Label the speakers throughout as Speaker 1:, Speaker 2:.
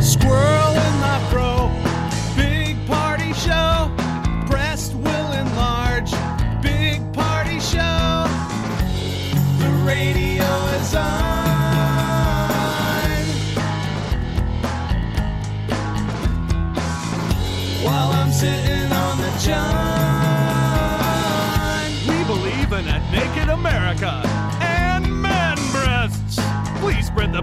Speaker 1: Squirrel in my fro, big party show. Breast will enlarge, big party show. The radio is on. While I'm sitting on the john.
Speaker 2: We believe in a naked America and man breasts. Please spread the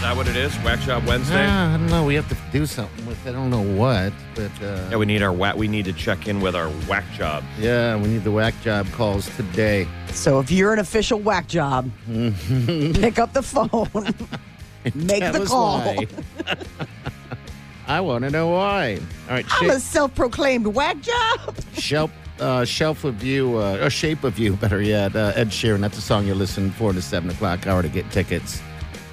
Speaker 2: Is that what it is? Whack Job Wednesday?
Speaker 3: Ah, I don't know. We have to do something with. I don't know what, but
Speaker 2: Yeah,
Speaker 3: uh,
Speaker 2: we need our whack. We need to check in with our whack job.
Speaker 3: yeah, we need the whack job calls today.
Speaker 4: So if you're an official whack job, pick up the phone, make
Speaker 3: That
Speaker 4: the
Speaker 3: was
Speaker 4: call.
Speaker 3: why. I want to know why. All right,
Speaker 4: I'm a
Speaker 3: shape,
Speaker 4: self-proclaimed whack job.
Speaker 3: shelf, uh, shelf of you, uh, or shape of you, better yet. Uh, Ed Sheeran. That's the song you're listening for in the seven o'clock hour to get tickets.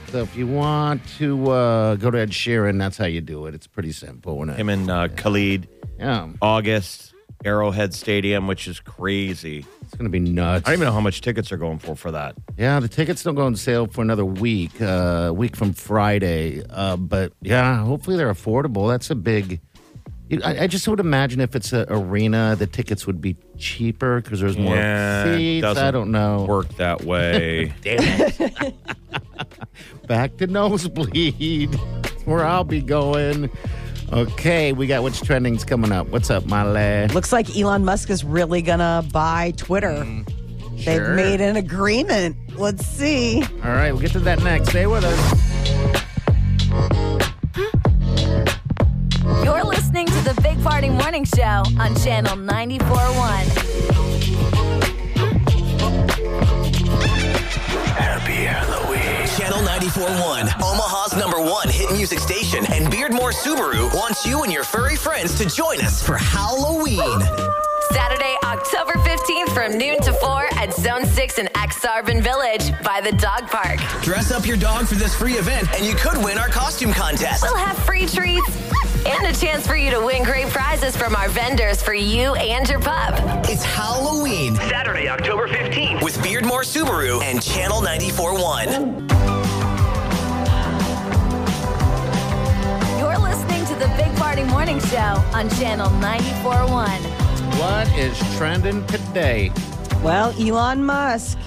Speaker 3: So if you want to uh, go to Ed Sheeran, that's how you do it. It's pretty simple. We're not-
Speaker 2: Him and uh, Khalid,
Speaker 3: yeah,
Speaker 2: August, Arrowhead Stadium, which is crazy.
Speaker 3: it's gonna be nuts.
Speaker 2: I don't even know how much tickets are going for for that.
Speaker 3: Yeah, the tickets don't go on sale for another week, uh, week from Friday. Uh, but yeah, hopefully they're affordable. That's a big. you- I, I just would imagine if it's an arena, the tickets would be cheaper because there's more
Speaker 2: it
Speaker 3: seats. I
Speaker 2: doesn't
Speaker 3: don't know.
Speaker 2: Work that way.
Speaker 3: Back to nosebleed, where I'll be going. Okay, we got what's trending's coming up. What's up, my lad?
Speaker 4: Looks like Elon Musk is really gonna buy Twitter. They've
Speaker 3: Mm, sure.
Speaker 4: made an agreement. Let's see.
Speaker 3: All right, we'll get to that next. Stay with us.
Speaker 5: You're listening to the Big Party Morning Show on Channel 94.1.
Speaker 6: Happy Halloween. Channel 94.1, Omaha's number one hit music station, and Beardmore Subaru wants you and your furry friends to join us for Halloween.
Speaker 5: Saturday, October 15th from noon to 4 at Zone 6 in Exarban Village by the dog park.
Speaker 6: Dress up your dog for this free event, and you could win our costume contest.
Speaker 5: We'll have free treats and a chance for you to win great prizes from our vendors for you and your pup.
Speaker 6: It's Halloween. Saturday, October 15th. With Beardmore Subaru and Channel 94.1.
Speaker 5: You're listening to the Big Party Morning Show on Channel 94.1.
Speaker 3: What is trending today?
Speaker 4: Well, Elon Musk,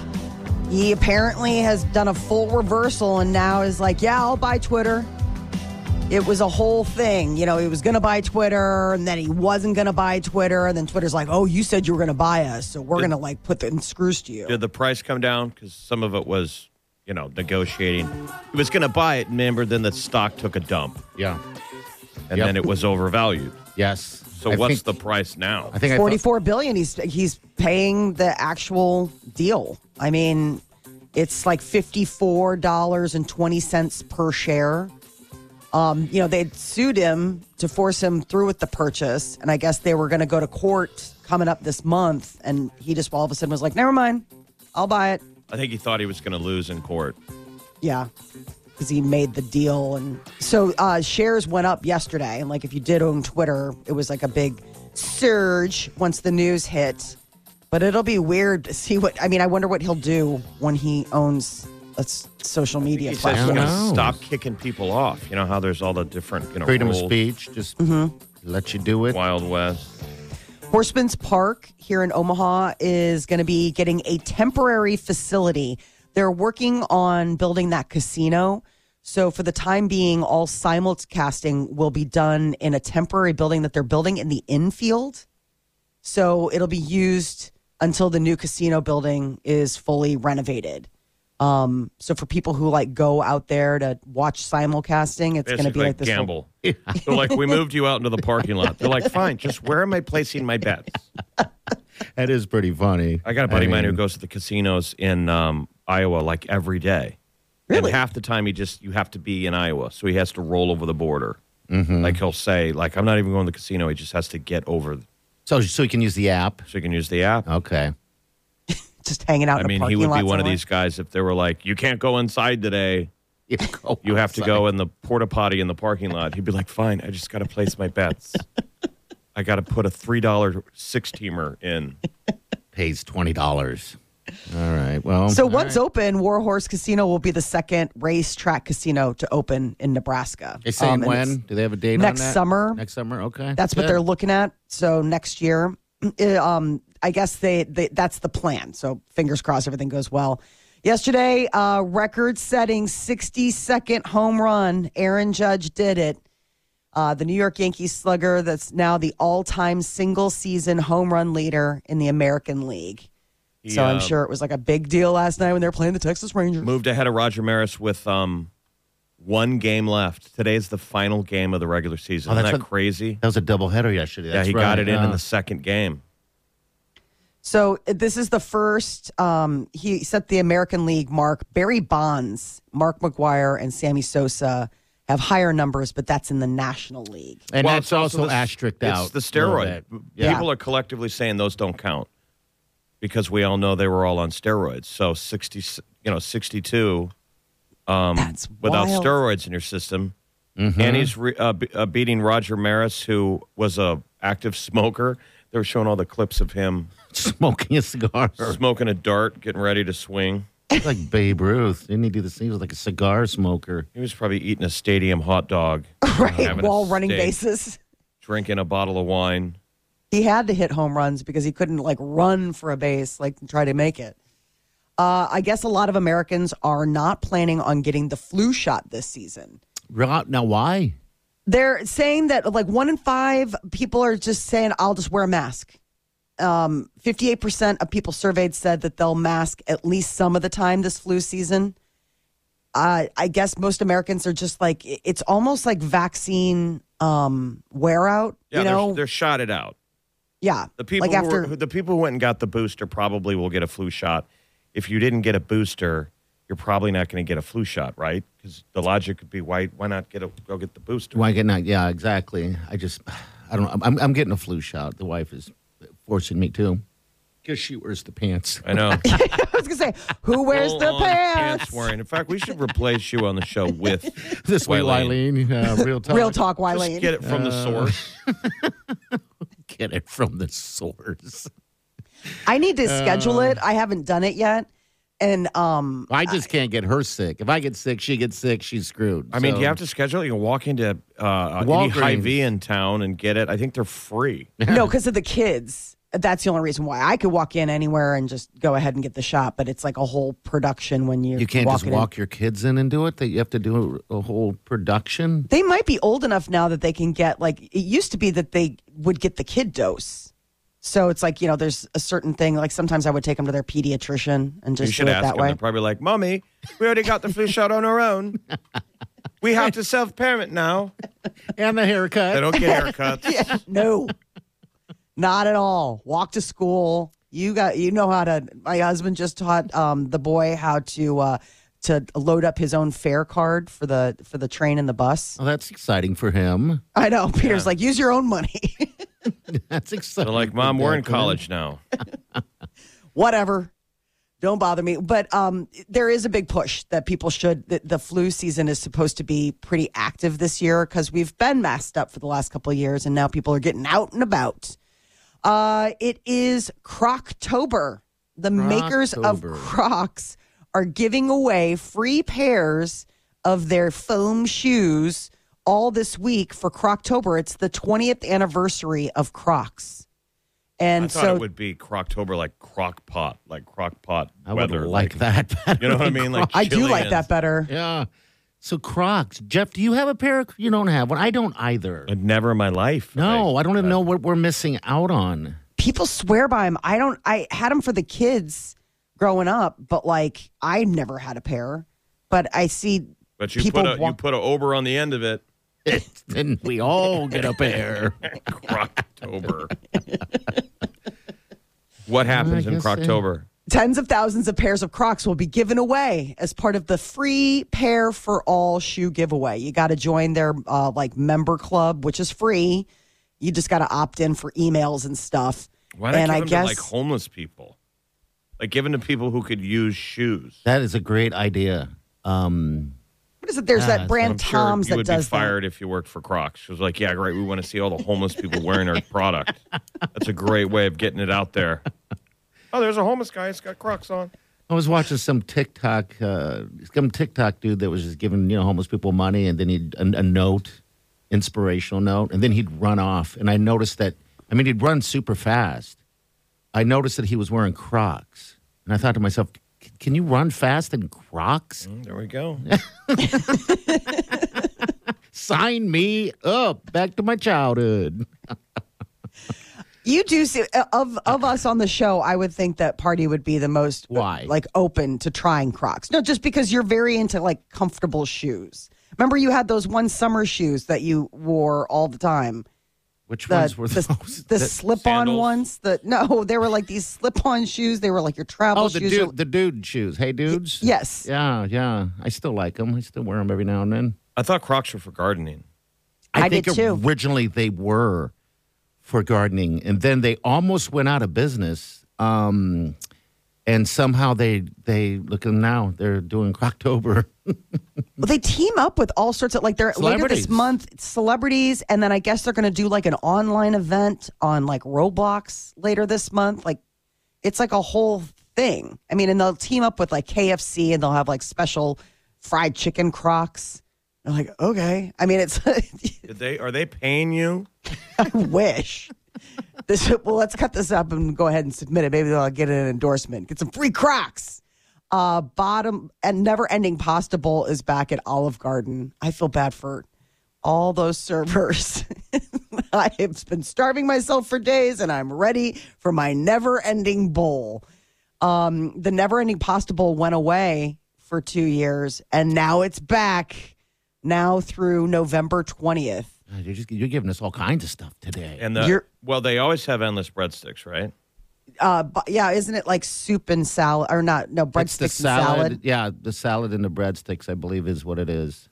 Speaker 4: he apparently has done a full reversal and now is like, yeah, I'll buy Twitter. It was a whole thing. You know, he was going to buy Twitter and then he wasn't going to buy Twitter. And then Twitter's like, oh, you said you were going to buy us. So we're going to like put the screws to you.
Speaker 2: Did the price come down? Because some of it was, you know, negotiating. He was going to buy it, remember? Then the stock took a dump,
Speaker 3: Yeah.
Speaker 2: and
Speaker 3: Yep.
Speaker 2: then it was overvalued.
Speaker 3: Yes.
Speaker 2: So
Speaker 3: I
Speaker 2: what's
Speaker 3: think-
Speaker 2: the price now?
Speaker 3: I think I thought-
Speaker 4: Forty-four billion. He's he's paying the actual deal. I mean, it's like fifty-four dollars and twenty cents per share. Um, you know, they would sued him to force him through with the purchase, and I guess they were going to go to court coming up this month. And he just all of a sudden was like, "Never mind, I'll buy it."
Speaker 2: I think he thought he was going to lose in court.
Speaker 4: Yeah. Because he made the deal. And so uh, shares went up yesterday. And like if you did own Twitter, it was like a big surge once the news hit. But it'll be weird to see what. I mean, I wonder what he'll do when he owns a s- social media
Speaker 2: He says he's
Speaker 3: Who
Speaker 2: going
Speaker 4: platform.
Speaker 2: to
Speaker 3: knows?
Speaker 2: stop kicking people off. You know how there's all the different, you know,
Speaker 3: freedom of
Speaker 2: rules,
Speaker 3: speech. Just
Speaker 4: Mm-hmm.
Speaker 3: let you do it.
Speaker 2: Wild West.
Speaker 4: Horseman's Park here in Omaha is going to be getting a temporary facility. They're working on building that casino. So for the time being, all simulcasting will be done in a temporary building that they're building in the infield. So it'll be used until the new casino building is fully renovated. Um, so for people who like go out there to watch simulcasting, it's going to be
Speaker 7: Basically,
Speaker 4: like this. whole-
Speaker 7: gamble. They're like, we moved you out into the parking lot. They're like, fine, just where am I placing my bets?
Speaker 3: That is pretty funny.
Speaker 7: I got a buddy of mine who
Speaker 3: mean,
Speaker 7: goes to the casinos in um, Iowa like every day. Really? And half the time he just you have to be in Iowa, so he has to roll over the border. Like he'll say, like I'm not even going to the casino. He just has to get over,
Speaker 3: So, so you can use the app.
Speaker 7: so he can use the app.
Speaker 3: Okay.
Speaker 4: just hanging out.
Speaker 7: I
Speaker 4: in a
Speaker 7: mean, he
Speaker 4: parking
Speaker 7: would be
Speaker 4: lot
Speaker 7: one of
Speaker 4: somewhere.
Speaker 7: these guys if they were like, you can't go inside today.
Speaker 3: You, go
Speaker 7: You have to
Speaker 3: outside.
Speaker 7: go in the porta potty in the parking lot. He'd be like, fine, I just got to place my bets. I got to put a three dollar six teamer in.
Speaker 3: Pays twenty dollars. All right. Well.
Speaker 4: So once open, Warhorse Casino will be the second racetrack casino to open in Nebraska.
Speaker 3: They say
Speaker 4: Um, and
Speaker 3: when?
Speaker 4: it's-
Speaker 3: Do they have a date
Speaker 4: next
Speaker 3: on that?
Speaker 4: summer.
Speaker 3: Next summer, okay.
Speaker 4: That's what
Speaker 3: Good.
Speaker 4: they're looking at. So next year, eh, um, I guess they, they that's the plan. So fingers crossed, everything goes well. Yesterday, uh, record-setting 60-second home run. Aaron Judge did it. Uh, the New York Yankees slugger that's now the all-time single-season home run leader in the American League. So I'm
Speaker 7: Yeah.
Speaker 4: sure it was like a big deal last night when they were playing the Texas Rangers.
Speaker 7: Moved ahead of Roger Maris with um, one game left. Today's the final game of the regular season.
Speaker 3: Oh,
Speaker 7: Isn't
Speaker 3: that's
Speaker 7: that
Speaker 3: what-
Speaker 7: crazy?
Speaker 3: That was a doubleheader yesterday.
Speaker 7: Yeah,
Speaker 3: That's
Speaker 7: he got
Speaker 3: right.
Speaker 7: it in in
Speaker 3: Uh,
Speaker 7: the second game.
Speaker 4: So uh, this is the first. Um, he set the American League mark. Barry Bonds, Mark McGuire, and Sammy Sosa have higher numbers, but that's in the National League.
Speaker 3: and
Speaker 7: Well,
Speaker 3: that's
Speaker 7: it's
Speaker 3: also,
Speaker 7: the-
Speaker 3: asterisked out.
Speaker 7: It's the
Speaker 3: a little
Speaker 7: steroid.
Speaker 3: bit.
Speaker 7: People are collectively saying those don't count because we all know they were all on steroids. So sixty, you know, sixty-two
Speaker 4: that's
Speaker 7: Um, without
Speaker 4: wild.
Speaker 7: steroids in your system, and he's re- uh, be- uh, beating Roger Maris, who was a active smoker. They were showing all the clips of him
Speaker 3: Smoking a cigar.
Speaker 7: smoking a dart, getting ready to swing.
Speaker 3: It's like Babe Ruth. Didn't he do this? He was like a cigar smoker.
Speaker 7: He was probably eating a stadium hot dog,
Speaker 4: right?
Speaker 7: having a
Speaker 4: While running
Speaker 7: steak,
Speaker 4: bases,
Speaker 7: drinking a bottle of wine.
Speaker 4: he had to hit home runs because he couldn't like run for a base, like and try to make it. Uh, I guess a lot of Americans are not planning on getting the flu shot this season.
Speaker 3: Ra- Now, why?
Speaker 4: They're saying that like one in five people are just saying, I'll just wear a mask. Um, 58% of people surveyed said that they'll mask at least some of the time this flu season. Uh, I guess most Americans are just like, i- it's almost like vaccine um, wear out,
Speaker 7: Yeah,
Speaker 4: you
Speaker 7: they're,
Speaker 4: know?
Speaker 7: they're shot it out.
Speaker 4: yeah.
Speaker 7: The people
Speaker 4: like
Speaker 7: who
Speaker 4: after,
Speaker 7: were- who- the people who went and got the booster probably will get a flu shot. If you didn't get a booster, you're probably not going to get a flu shot, right? Because the logic could be why why not get a go get the booster?
Speaker 3: Why get not? Yeah, exactly. I just, I don't know. I'm, I'm getting a flu shot. The wife is forcing me to. Because she wears the pants.
Speaker 7: I know.
Speaker 4: I was going to say, who wears the
Speaker 7: Full-on
Speaker 4: pants?
Speaker 7: pants wearing. In fact, we should replace you on the show with
Speaker 3: This way,
Speaker 7: Wileen.
Speaker 3: Wileen. Yeah, real talk.
Speaker 4: Real talk,
Speaker 7: Just
Speaker 4: Wileen.
Speaker 7: get it from
Speaker 3: Uh,
Speaker 7: the source.
Speaker 3: Get it from the source.
Speaker 4: I need to schedule
Speaker 7: Uh.
Speaker 4: it. I haven't done it yet. And um,
Speaker 3: I just can't get her sick. If I get sick, she gets sick. She's screwed.
Speaker 7: I mean,
Speaker 3: So-
Speaker 7: you have to schedule. it. You can walk into uh, any
Speaker 3: Walgreens.
Speaker 7: high V in town and get it. I think they're free.
Speaker 4: No, because of the kids. That's the only reason why I could walk in anywhere and just go ahead and get the shot. But it's like a whole production when you
Speaker 3: You can't
Speaker 4: walk
Speaker 3: just
Speaker 4: it in.
Speaker 3: walk your kids in and do it. That you have to do a, a whole production.
Speaker 4: They might be old enough now that they can get like it used to be that they would get the kid dose. So it's like you know, there's a certain thing. Like sometimes I would take them to their pediatrician and
Speaker 7: You
Speaker 4: just do
Speaker 7: should
Speaker 4: it
Speaker 7: ask
Speaker 4: that
Speaker 7: them.
Speaker 4: way.
Speaker 7: They're probably like, "Mommy, we already got the flu shot on our own. We have to self-parent now.
Speaker 3: And the haircut.
Speaker 7: They don't get haircuts.
Speaker 4: no, not at all. Walk to school. You got you know how to. My husband just taught um, the boy how to uh, to load up his own fare card for the for the train and the bus.
Speaker 3: Oh, that's exciting for him.
Speaker 4: I know. Peter's like, use your own money.
Speaker 3: That's exciting.
Speaker 7: They're like,
Speaker 3: for
Speaker 7: "Mom, we're in
Speaker 3: Declan."
Speaker 7: college now.
Speaker 4: Whatever. Don't bother me. But um, there is a big push that people should. That the flu season is supposed to be pretty active this year because we've been masked up for the last couple of years, and now people are getting out and about. Uh, it is Croctober. The makers of
Speaker 3: Croctober.
Speaker 4: Crocs are giving away free pairs of their foam shoes all this week for Croctober. It's the 20th anniversary of Crocs. And
Speaker 7: I thought
Speaker 4: so
Speaker 7: it would be Croctober, like crock pot, like crock pot
Speaker 3: I would
Speaker 7: weather.
Speaker 3: like that. better
Speaker 7: you know what I
Speaker 3: than
Speaker 7: mean? Like
Speaker 3: cro-
Speaker 4: I do like
Speaker 7: Chileans.
Speaker 4: that better.
Speaker 3: yeah. So Crocs, Jeff, do you have a pair? Of, you don't have one. I don't either.
Speaker 7: I'd Never in my life.
Speaker 3: No, I
Speaker 7: Like,
Speaker 3: don't even know what we're missing out on.
Speaker 4: People swear by them. I don't. I had them for the kids growing up, but like I never had a pair. But I see.
Speaker 7: But you
Speaker 4: people
Speaker 7: put a
Speaker 4: wa-
Speaker 7: you put a Ober on the end of it.
Speaker 3: then we all get a pair.
Speaker 7: Croctober. what happens
Speaker 3: I
Speaker 7: in
Speaker 3: guess so.
Speaker 7: Croctober?
Speaker 4: Tens of thousands of pairs of Crocs will be given away as part of the free pair for all shoe giveaway. You got to join their uh, like member club, which is free. You just got to opt in for emails and stuff.
Speaker 7: Why not
Speaker 4: and
Speaker 7: give
Speaker 4: I
Speaker 7: them
Speaker 4: guess
Speaker 7: to like homeless people? Like giving to people who could use shoes.
Speaker 3: That is a great idea. Um,
Speaker 4: what is it? There's that brand Tom's
Speaker 7: Ah, sure you
Speaker 4: that
Speaker 7: would
Speaker 4: does
Speaker 7: be
Speaker 4: that.
Speaker 7: fired if you worked for Crocs. She was like, yeah, great. We want to see all the homeless people wearing our product. That's a great way of getting it out there. Oh, there's a homeless guy. It's got Crocs on.
Speaker 3: I was watching some TikTok, uh, some TikTok dude that was just giving you know homeless people money, and then he'd a, a note, inspirational note, and then he'd run off. And I noticed that. I mean, he'd run super fast. I noticed that he was wearing Crocs, and I thought to myself, "C- "Can you run fast in Crocs?
Speaker 7: There we go.
Speaker 3: Sign me up. Back to my childhood."
Speaker 4: You do see uh, of of us on the show. I would think that party would be the most uh,
Speaker 3: Why?
Speaker 4: like open to trying Crocs. No, just because you're very into like comfortable shoes. Remember, you had those one summer shoes that you wore all the time.
Speaker 3: Which
Speaker 4: The
Speaker 3: ones were
Speaker 4: the,
Speaker 3: those?
Speaker 4: the slip-on
Speaker 7: sandals?
Speaker 4: ones. The no, they were like these slip-on shoes. They were like your travel
Speaker 3: Oh, the
Speaker 4: shoes.
Speaker 3: dude, the dude shoes. Hey, dudes.
Speaker 4: yes.
Speaker 3: Yeah, yeah. I still like them. I still wear them every now and then.
Speaker 7: I thought Crocs were for gardening.
Speaker 4: I
Speaker 3: think
Speaker 4: did too.
Speaker 3: originally they were for gardening, and then they almost went out of business. Um, and somehow they they look at them now. They're doing Croctober.
Speaker 4: Well, they team up with all sorts of like they're later
Speaker 3: Celebrities.
Speaker 4: this month celebrities, and then I guess they're going to do like an online event on like Roblox later this month. Like it's like a whole thing. I mean, and they'll team up with like KFC, and they'll have like special fried chicken Crocs. They're like, okay. I mean, it's
Speaker 7: Did they are they paying you?
Speaker 4: I wish. This well, let's cut this up and go ahead and submit it. Maybe they'll get an endorsement. Get some free Crocs. Uh, bottom and never ending pasta bowl is back at Olive Garden. I feel bad for all those servers. I have been starving myself for days, and I'm ready for my never ending bowl. Um, the never ending pasta bowl went away for two years, and now it's back. Now through November twentieth.
Speaker 3: God, You're, just, you're giving us all kinds of stuff today.
Speaker 7: And the
Speaker 4: You're-
Speaker 7: well, they always have endless breadsticks, right?
Speaker 4: uh bu- yeah isn't it like soup and salad or not no
Speaker 3: It's the
Speaker 4: breadsticks and salad
Speaker 3: Yeah, the salad and the breadsticks, I believe, is what it is.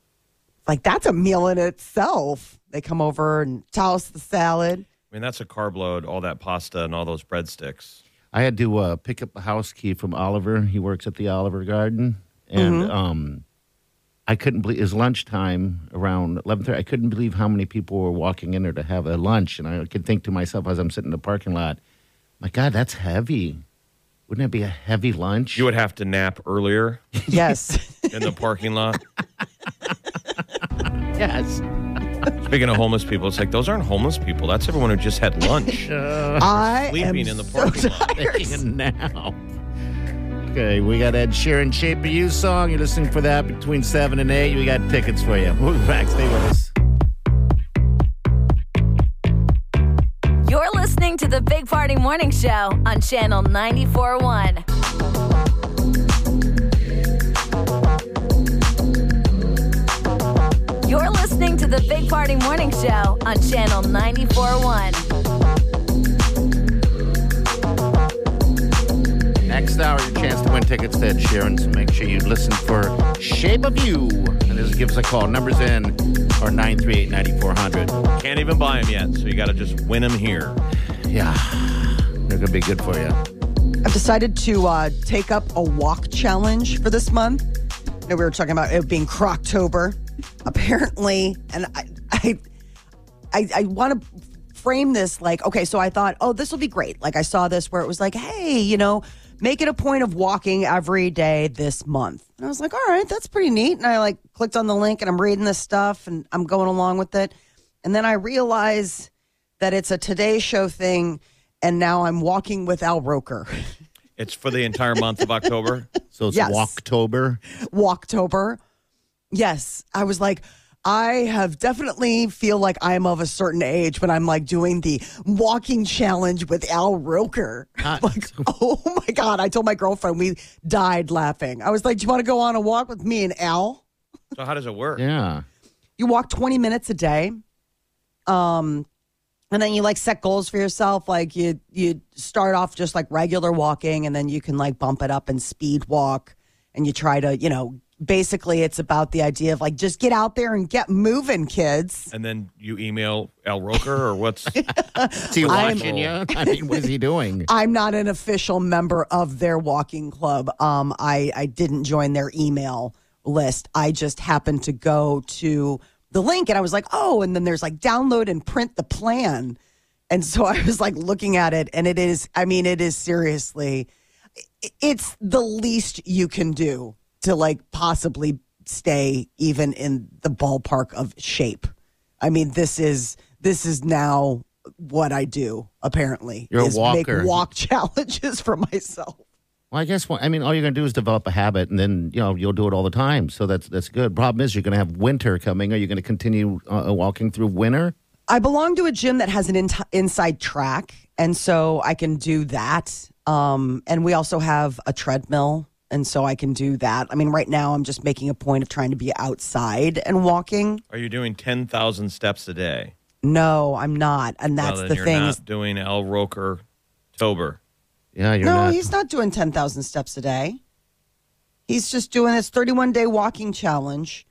Speaker 4: like that's a meal in itself they come over and toss the salad
Speaker 7: I mean, that's a carb load. All that pasta and all those breadsticks.
Speaker 3: I had to uh, pick up a house key from Oliver. He works at the Oliver Garden, and
Speaker 7: Mm-hmm.
Speaker 3: um, I couldn't believe it was lunchtime around eleven thirty. I couldn't believe how many people were walking in there to have a lunch, and I could think to myself as I'm sitting in the parking lot, "My God, that's heavy. Wouldn't that be a heavy lunch?"
Speaker 7: You would have to nap earlier
Speaker 4: yes
Speaker 7: in the parking lot.
Speaker 3: yes.
Speaker 7: Speaking of homeless people, it's like those aren't homeless people. That's everyone who just had lunch,
Speaker 4: i am
Speaker 7: sleeping in the
Speaker 4: so
Speaker 7: parking lot.
Speaker 3: And now. Okay, we got Ed Sheeran Shape of You song. You're listening for that between 7 and 8. We got tickets for you. We'll be back. Stay with us.
Speaker 5: You're listening to the Big Party Morning Show on Channel 941. You're listening to the Big Party Morning Show on Channel 941.
Speaker 3: Next hour, your chance to win tickets to Ed Sheeran. So make sure you listen for Shape of You. And just give us a call. Numbers in are 938 9400.
Speaker 7: Can't even buy them yet, so you got to just win them here.
Speaker 3: Yeah. They're going to be good for you.
Speaker 4: I've decided to uh, take up a walk challenge for this month. You know, we were talking about it being Croctober, apparently, and I, I, I, I want to frame this like, okay, so I thought, oh, this will be great. Like I saw this where it was like, hey, you know, make it a point of walking every day this month, and I was like, all right, that's pretty neat. And I like clicked on the link, and I'm reading this stuff, and I'm going along with it, and then I realize that it's a Today Show thing, and now I'm walking with Al Roker.
Speaker 7: It's for the entire month of October.
Speaker 3: So it's
Speaker 4: Yes.
Speaker 3: Walktober.
Speaker 4: Walktober. Yes. I was like, I have definitely feel like I'm of a certain age when I'm like doing the walking challenge with Al Roker. like, oh my God. I told my girlfriend we died laughing. I was like, Do you want to go on a walk with me and Al?
Speaker 7: So how does it work?
Speaker 3: Yeah.
Speaker 4: You walk 20 minutes a day. Um, and then you like set goals for yourself. Like you you start off just like regular walking and then you can like bump it up and speed walk and you try to, you know, basically it's about the idea of like just get out there and get moving, kids.
Speaker 7: And then you email Al Roker or what's?
Speaker 3: Is he watching you? I mean, what is he doing?
Speaker 4: I'm not an official member of their walking club. Um, I, I didn't join their email list. I just happened to go to the link and I was like, oh, and then there's like download and print the plan. And so I was like looking at it and it is, I mean, it is seriously, i- it's the least you can do to like possibly stay even in the ballpark of shape. I mean, this is, this is now what I do apparently
Speaker 3: You're a
Speaker 4: is
Speaker 3: walker.
Speaker 4: make walk challenges for myself.
Speaker 3: Well, I guess what I mean, all you're going to do is develop a habit, and then you know you'll do it all the time. So that's that's good. Problem is, you're going to have winter coming. Are you going to continue uh, walking through winter?
Speaker 4: I belong to a gym that has an in- inside track, and so I can do that. Um, and we also have a treadmill, and so I can do that. I mean, right now I'm just making a point of trying to be outside and walking.
Speaker 7: Are you doing ten thousand steps a day?
Speaker 4: No, I'm not, and
Speaker 7: Well,
Speaker 4: that's
Speaker 7: then
Speaker 4: the
Speaker 7: you're
Speaker 4: thing.
Speaker 7: Not
Speaker 4: is-
Speaker 7: doing Al Roker, Tober.
Speaker 3: Yeah, you're
Speaker 4: no,
Speaker 3: not.
Speaker 4: he's not doing ten thousand steps a day. He's just doing his 31 day walking challenge.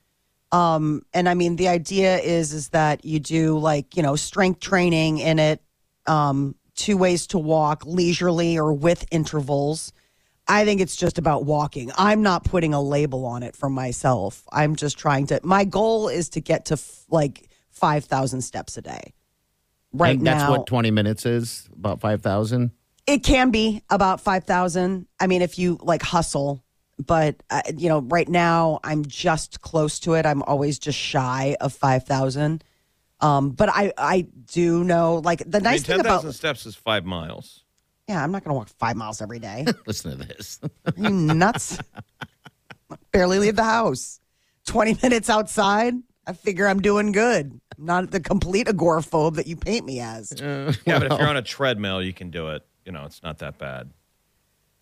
Speaker 4: Um, and I mean, the idea is is that you do like you know strength training in it, um, two ways to walk leisurely or with intervals. I think it's just about walking. I'm not putting a label on it for myself. I'm just trying to. My goal is to get to f- like five thousand steps a day. Right
Speaker 3: And
Speaker 4: now,
Speaker 3: that's what 20 minutes is about 5,000.
Speaker 4: it can be about 5000 i mean if you like hustle but uh, you know right now i'm just close to it i'm always just shy of 5000 um but i i do know like the
Speaker 7: I mean,
Speaker 4: nice
Speaker 7: ten
Speaker 4: thing about
Speaker 7: thousand steps is five miles.
Speaker 4: yeah i'm not gonna walk five miles every day
Speaker 3: Listen to this.
Speaker 4: Are you nuts barely leave the house 20 minutes outside i figure i'm doing good I'm not the complete agoraphobe that you paint me as
Speaker 7: Yeah, but if you're on a treadmill, you can do it. You know, it's not that bad.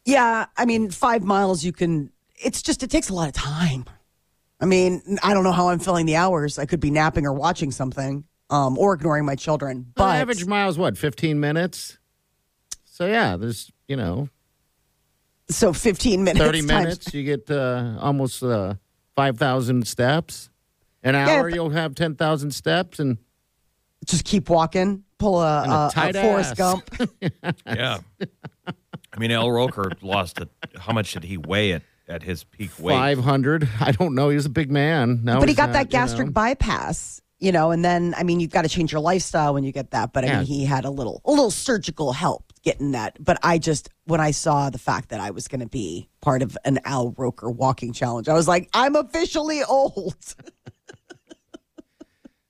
Speaker 4: Yeah, I mean, five miles you can. It's just it takes a lot of time. I mean, I don't know how I'm filling the hours. I could be napping or watching something, um, or ignoring my children.
Speaker 3: But
Speaker 4: But
Speaker 3: average miles, what, 15 minutes? So, yeah, there's, you know,
Speaker 4: so 15 minutes,
Speaker 3: 30
Speaker 4: times-
Speaker 3: minutes, you get uh, almost uh, 5,000 steps. An hour,
Speaker 4: but-
Speaker 3: you'll have 10,000 steps. And
Speaker 4: Just keep walking. Pull a,
Speaker 3: And a
Speaker 4: a, a,
Speaker 3: tight
Speaker 4: Forrest
Speaker 3: ass.
Speaker 4: Gump.
Speaker 7: Yeah. I mean, Al Roker lost it. How much did he weigh at, at his peak weight?
Speaker 3: 500. I don't know. He was a big man. Now
Speaker 4: but he
Speaker 3: he's
Speaker 4: got
Speaker 3: not,
Speaker 4: that
Speaker 3: you
Speaker 4: gastric
Speaker 3: know.
Speaker 4: bypass, you know. And then, I mean, you've got to change your lifestyle when you get that. But I
Speaker 3: Yeah.
Speaker 4: mean, he had a little, a little surgical help getting that. But I just, when I saw the fact that I was going to be part of an Al Roker walking challenge, I was like, I'm officially old.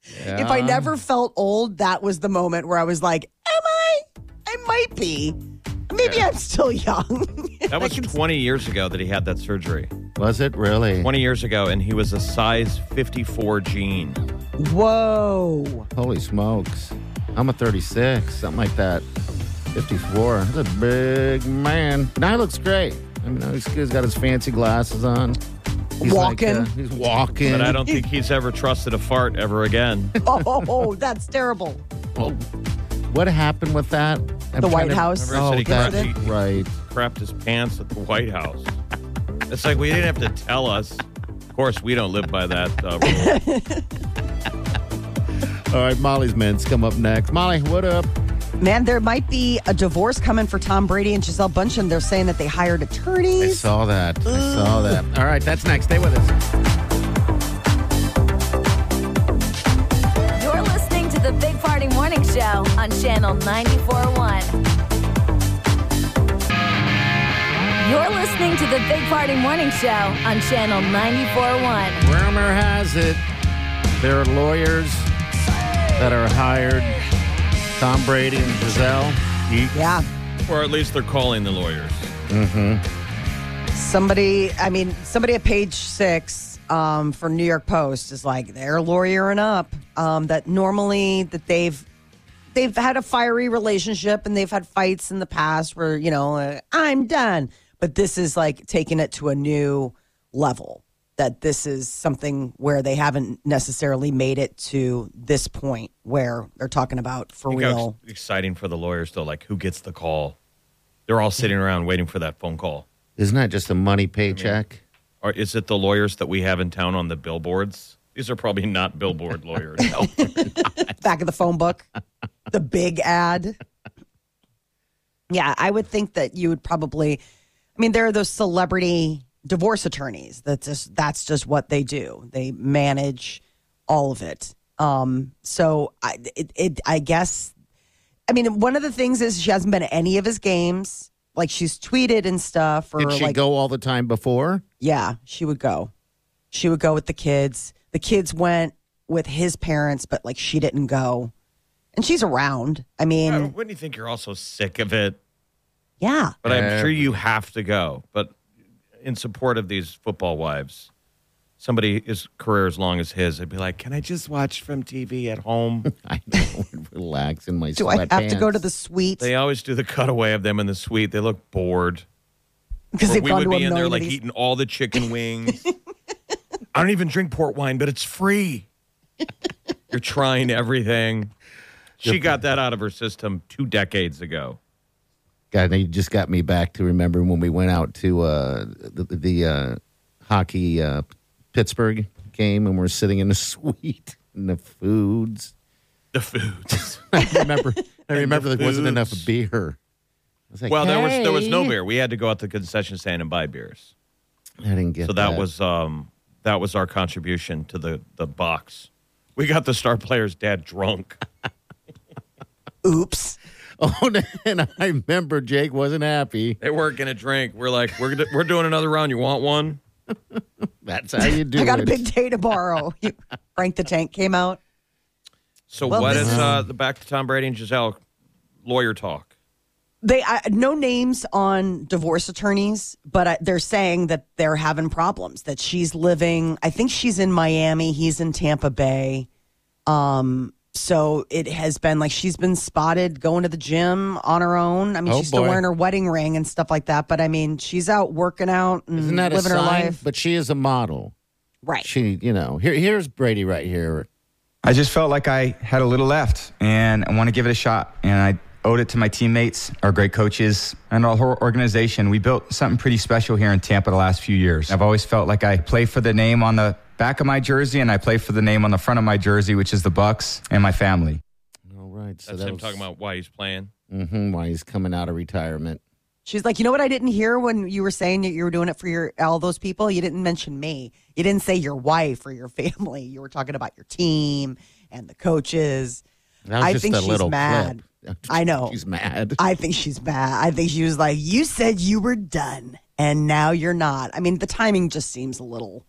Speaker 4: If I
Speaker 3: Yeah.
Speaker 4: never felt old, that was the moment where I was like, Am I? I might be. Maybe I'm still young.
Speaker 7: That was 20 years ago that he had that surgery.
Speaker 3: Was it really?
Speaker 7: 20 years ago, and he was a size 54 gene.
Speaker 4: Whoa.
Speaker 3: Holy smokes. I'm a 36, something like that. 54. That's a big man. Now he looks great. I mean, he's, he's got his fancy glasses on. He's like,
Speaker 4: Walking.
Speaker 3: uh, he's walking.
Speaker 7: But I don't think he's ever trusted a fart ever again.
Speaker 3: uh,
Speaker 4: Oh, that's terrible.
Speaker 3: Oh, what happened with that? I'm
Speaker 4: The White
Speaker 3: trying to-
Speaker 4: House
Speaker 7: Remember I said
Speaker 3: Oh,
Speaker 7: he
Speaker 3: that,
Speaker 7: cried? He-
Speaker 3: right.
Speaker 7: Crapped his pants at the White House. It's like we didn't have to tell us. Of course, we don't live by that uh, rule.
Speaker 3: All right, Molly's Mints come up next. Molly, what up?
Speaker 4: Man, there might be a divorce coming for Tom Brady and Giselle Bundchen. They're saying that they hired
Speaker 3: I
Speaker 4: attorneys.
Speaker 3: saw that. I saw that. All right, that's next. Stay with us.
Speaker 5: You're listening to the Big Party Morning Show on Channel 941. You're listening to the Big Party Morning Show on Channel 941.
Speaker 3: Rumor has it there are lawyers that are hired. Tom Brady and Giselle.
Speaker 4: Yeah.
Speaker 7: or at least they're calling the lawyers.
Speaker 4: Somebody, I mean, somebody at page six um, for New York Post is like they're lawyering up. Um, that normally that they've they've had a fiery relationship and they've had fights in the past where you know uh, I'm done, but this is like taking it to a new level. That this is something where they haven't necessarily made it to this point where they're talking about for
Speaker 7: Think how ex-
Speaker 4: real.
Speaker 7: exciting for the lawyers though. Like who gets the call? They're all sitting around waiting for that phone call.
Speaker 3: Isn't that just a money paycheck?
Speaker 7: Or is it the lawyers that we have in town on the billboards? These are probably not billboard lawyers.
Speaker 4: back of the phone book, the big ad. Yeah, I would think that you would probably. I mean, there are those celebrity divorce attorneys that just that's just what they do. They manage all of it. Um, so I, it, it, I guess, I mean, one of the things is she hasn't been at any of his games. Like she's tweeted and stuff. Or
Speaker 3: Did she
Speaker 4: like,
Speaker 3: go all the time before?
Speaker 4: yeah, she would go. She would go with the kids. The kids went with his parents, but like she didn't go. And she's around. I mean,
Speaker 7: Wouldn't you think you're also sick of it?
Speaker 4: yeah.
Speaker 7: But I'm sure you have to go. But in support of these football wives, somebody his career as long as his, I'd be like, "Can I just watch from TV at home?"
Speaker 3: I don't relax in my
Speaker 4: Do I have to go to the suite?
Speaker 7: they always do the cutaway of them in the suite. They look bored.
Speaker 4: Because
Speaker 7: Where
Speaker 4: they've
Speaker 7: we
Speaker 4: gone
Speaker 7: would
Speaker 4: to a
Speaker 7: be
Speaker 4: million
Speaker 7: in there
Speaker 4: of
Speaker 7: like
Speaker 4: these-
Speaker 7: eating all the chicken wings. I don't even drink port wine, but it's free. You're trying everything. She got that out of her system two decades ago.
Speaker 3: God, you just got me back to remembering when we went out to uh, the, the uh, hockey uh, Pittsburgh game and we're sitting in the suite and the foods.
Speaker 7: The foods.
Speaker 3: I remember. I remember
Speaker 7: the
Speaker 3: there wasn't enough
Speaker 7: foods.
Speaker 3: beer. I was like,
Speaker 7: well, there was there was no
Speaker 3: "Hey."
Speaker 7: beer. We had to go out to the concession stand and buy beers.
Speaker 3: I didn't get
Speaker 7: So that was um that was our contribution to the the box. We got the star player's dad drunk.
Speaker 4: Oops.
Speaker 3: Oh, and I remember Jake wasn't happy.
Speaker 7: They weren't gonna drink. We're like, we're we're doing another round. You want one?
Speaker 3: That's how you do
Speaker 4: I got
Speaker 3: it.
Speaker 4: a big day tomorrow. Frank the Tank came out.
Speaker 7: So
Speaker 4: Well,
Speaker 7: what
Speaker 4: this
Speaker 7: is
Speaker 4: is-
Speaker 7: uh, the back to Tom Brady and Giselle lawyer talk?
Speaker 4: They I, no names on divorce attorneys, but I, they're saying that they're having problems. That she's living. I think she's in Miami. He's in Tampa Bay. Um, so it has been like she's been spotted going to the gym on her own. I mean,
Speaker 3: Oh,
Speaker 4: she's still
Speaker 3: boy.
Speaker 4: wearing her wedding ring and stuff like that. But I mean, she's out working out and
Speaker 3: Isn't that
Speaker 4: living
Speaker 3: a
Speaker 4: her
Speaker 3: sign?
Speaker 4: life.
Speaker 3: But she is a model.
Speaker 4: right.
Speaker 3: She, you know, here here's Brady right here.
Speaker 8: I just felt like I had a little left, and I want to give it a shot. And I owed it to my teammates, our great coaches, and our whole organization. We built something pretty special here in Tampa the last few years. I've always felt like I play for the name on the back of my jersey, and I play for the name on the front of my jersey, which is the Bucks and my family.
Speaker 3: All right, so
Speaker 7: That's
Speaker 3: that
Speaker 7: him
Speaker 3: was-
Speaker 7: talking about why he's playing.
Speaker 3: Mhm, why he's coming out of retirement.
Speaker 4: She's like, you know what? I didn't hear when you were saying that you were doing it for your all those people. You didn't mention me. You didn't say your wife or your family. You were talking about your team and the coaches.
Speaker 3: That was
Speaker 4: I
Speaker 3: just
Speaker 4: think
Speaker 3: a
Speaker 4: she's
Speaker 3: little
Speaker 4: mad.
Speaker 3: clip.
Speaker 4: I know.
Speaker 3: she's mad.
Speaker 4: I think she's bad. I think she was like, you said you were done, and now you're not. I mean, the timing just seems a little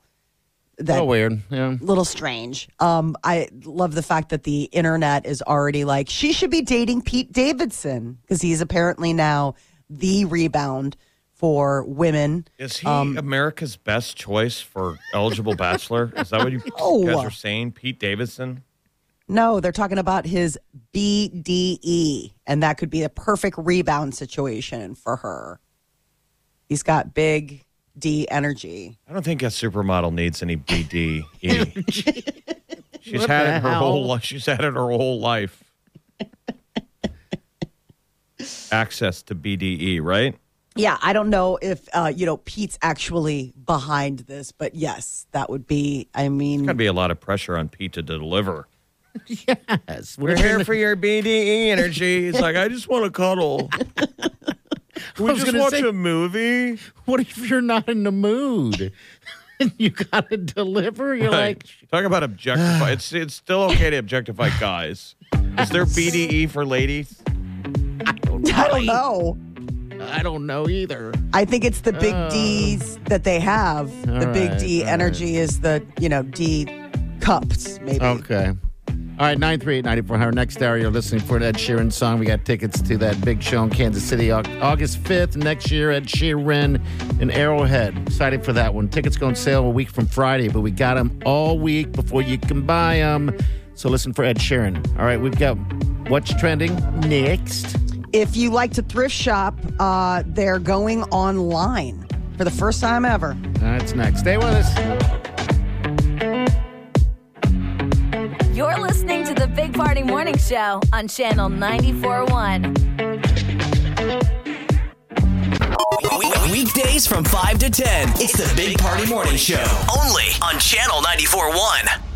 Speaker 3: A
Speaker 4: that
Speaker 3: little Oh, weird. Yeah.
Speaker 4: little strange. Um, I love the fact that the internet is already like she should be dating Pete Davidson because he's apparently now the rebound for women.
Speaker 7: Is he America's best choice for eligible bachelor? Is that what you guys are saying? Pete Davidson?
Speaker 4: No, they're talking about his BDE, and that could be a perfect rebound situation for her. He's got big D energy.
Speaker 7: I don't think a supermodel needs any BDE. she's
Speaker 3: What
Speaker 7: had
Speaker 3: the
Speaker 7: it her
Speaker 3: hell?
Speaker 7: whole life. She's had it her whole life. Access to BDE, right?
Speaker 4: Yeah, I don't know if uh, you know Pete's actually behind this, but yes, that would be. I mean,
Speaker 7: Got to be a lot of pressure on Pete to deliver.
Speaker 3: Yes. We're
Speaker 7: for your BDE energy. He's like, I just want to cuddle. Can
Speaker 3: I was gonna say-
Speaker 7: movie?
Speaker 3: What if you're not in the mood? you got to deliver. You're
Speaker 7: Like,
Speaker 3: like,
Speaker 7: talk about objectify. it's it's still okay to objectify guys. Is there BDE for ladies?
Speaker 4: I don't know.
Speaker 3: I don't know either.
Speaker 4: I think it's the big D's that they have.
Speaker 3: Oh.
Speaker 4: the
Speaker 3: All
Speaker 4: big
Speaker 3: right,
Speaker 4: D
Speaker 3: all
Speaker 4: energy is the you know D cups maybe.
Speaker 3: Okay. All right, 938-9400. Next hour, you're listening for an Ed Sheeran song. We got tickets to that big show in Kansas City, Au- August 5th. Next year, Ed Sheeran in Arrowhead. Excited for that one. Tickets go on sale a week from Friday, but we got them all week before you can buy them. So listen for Ed Sheeran. All right, we've got what's trending next.
Speaker 4: If you like to thrift shop, uh, they're going online for the first time ever.
Speaker 3: That's next. Stay with us.
Speaker 5: You're listening to the Big Party Morning Show on Channel 941.
Speaker 6: Week- Weekdays from 5 to 10. It's the Big Party Morning Show. Only on Channel 94.1.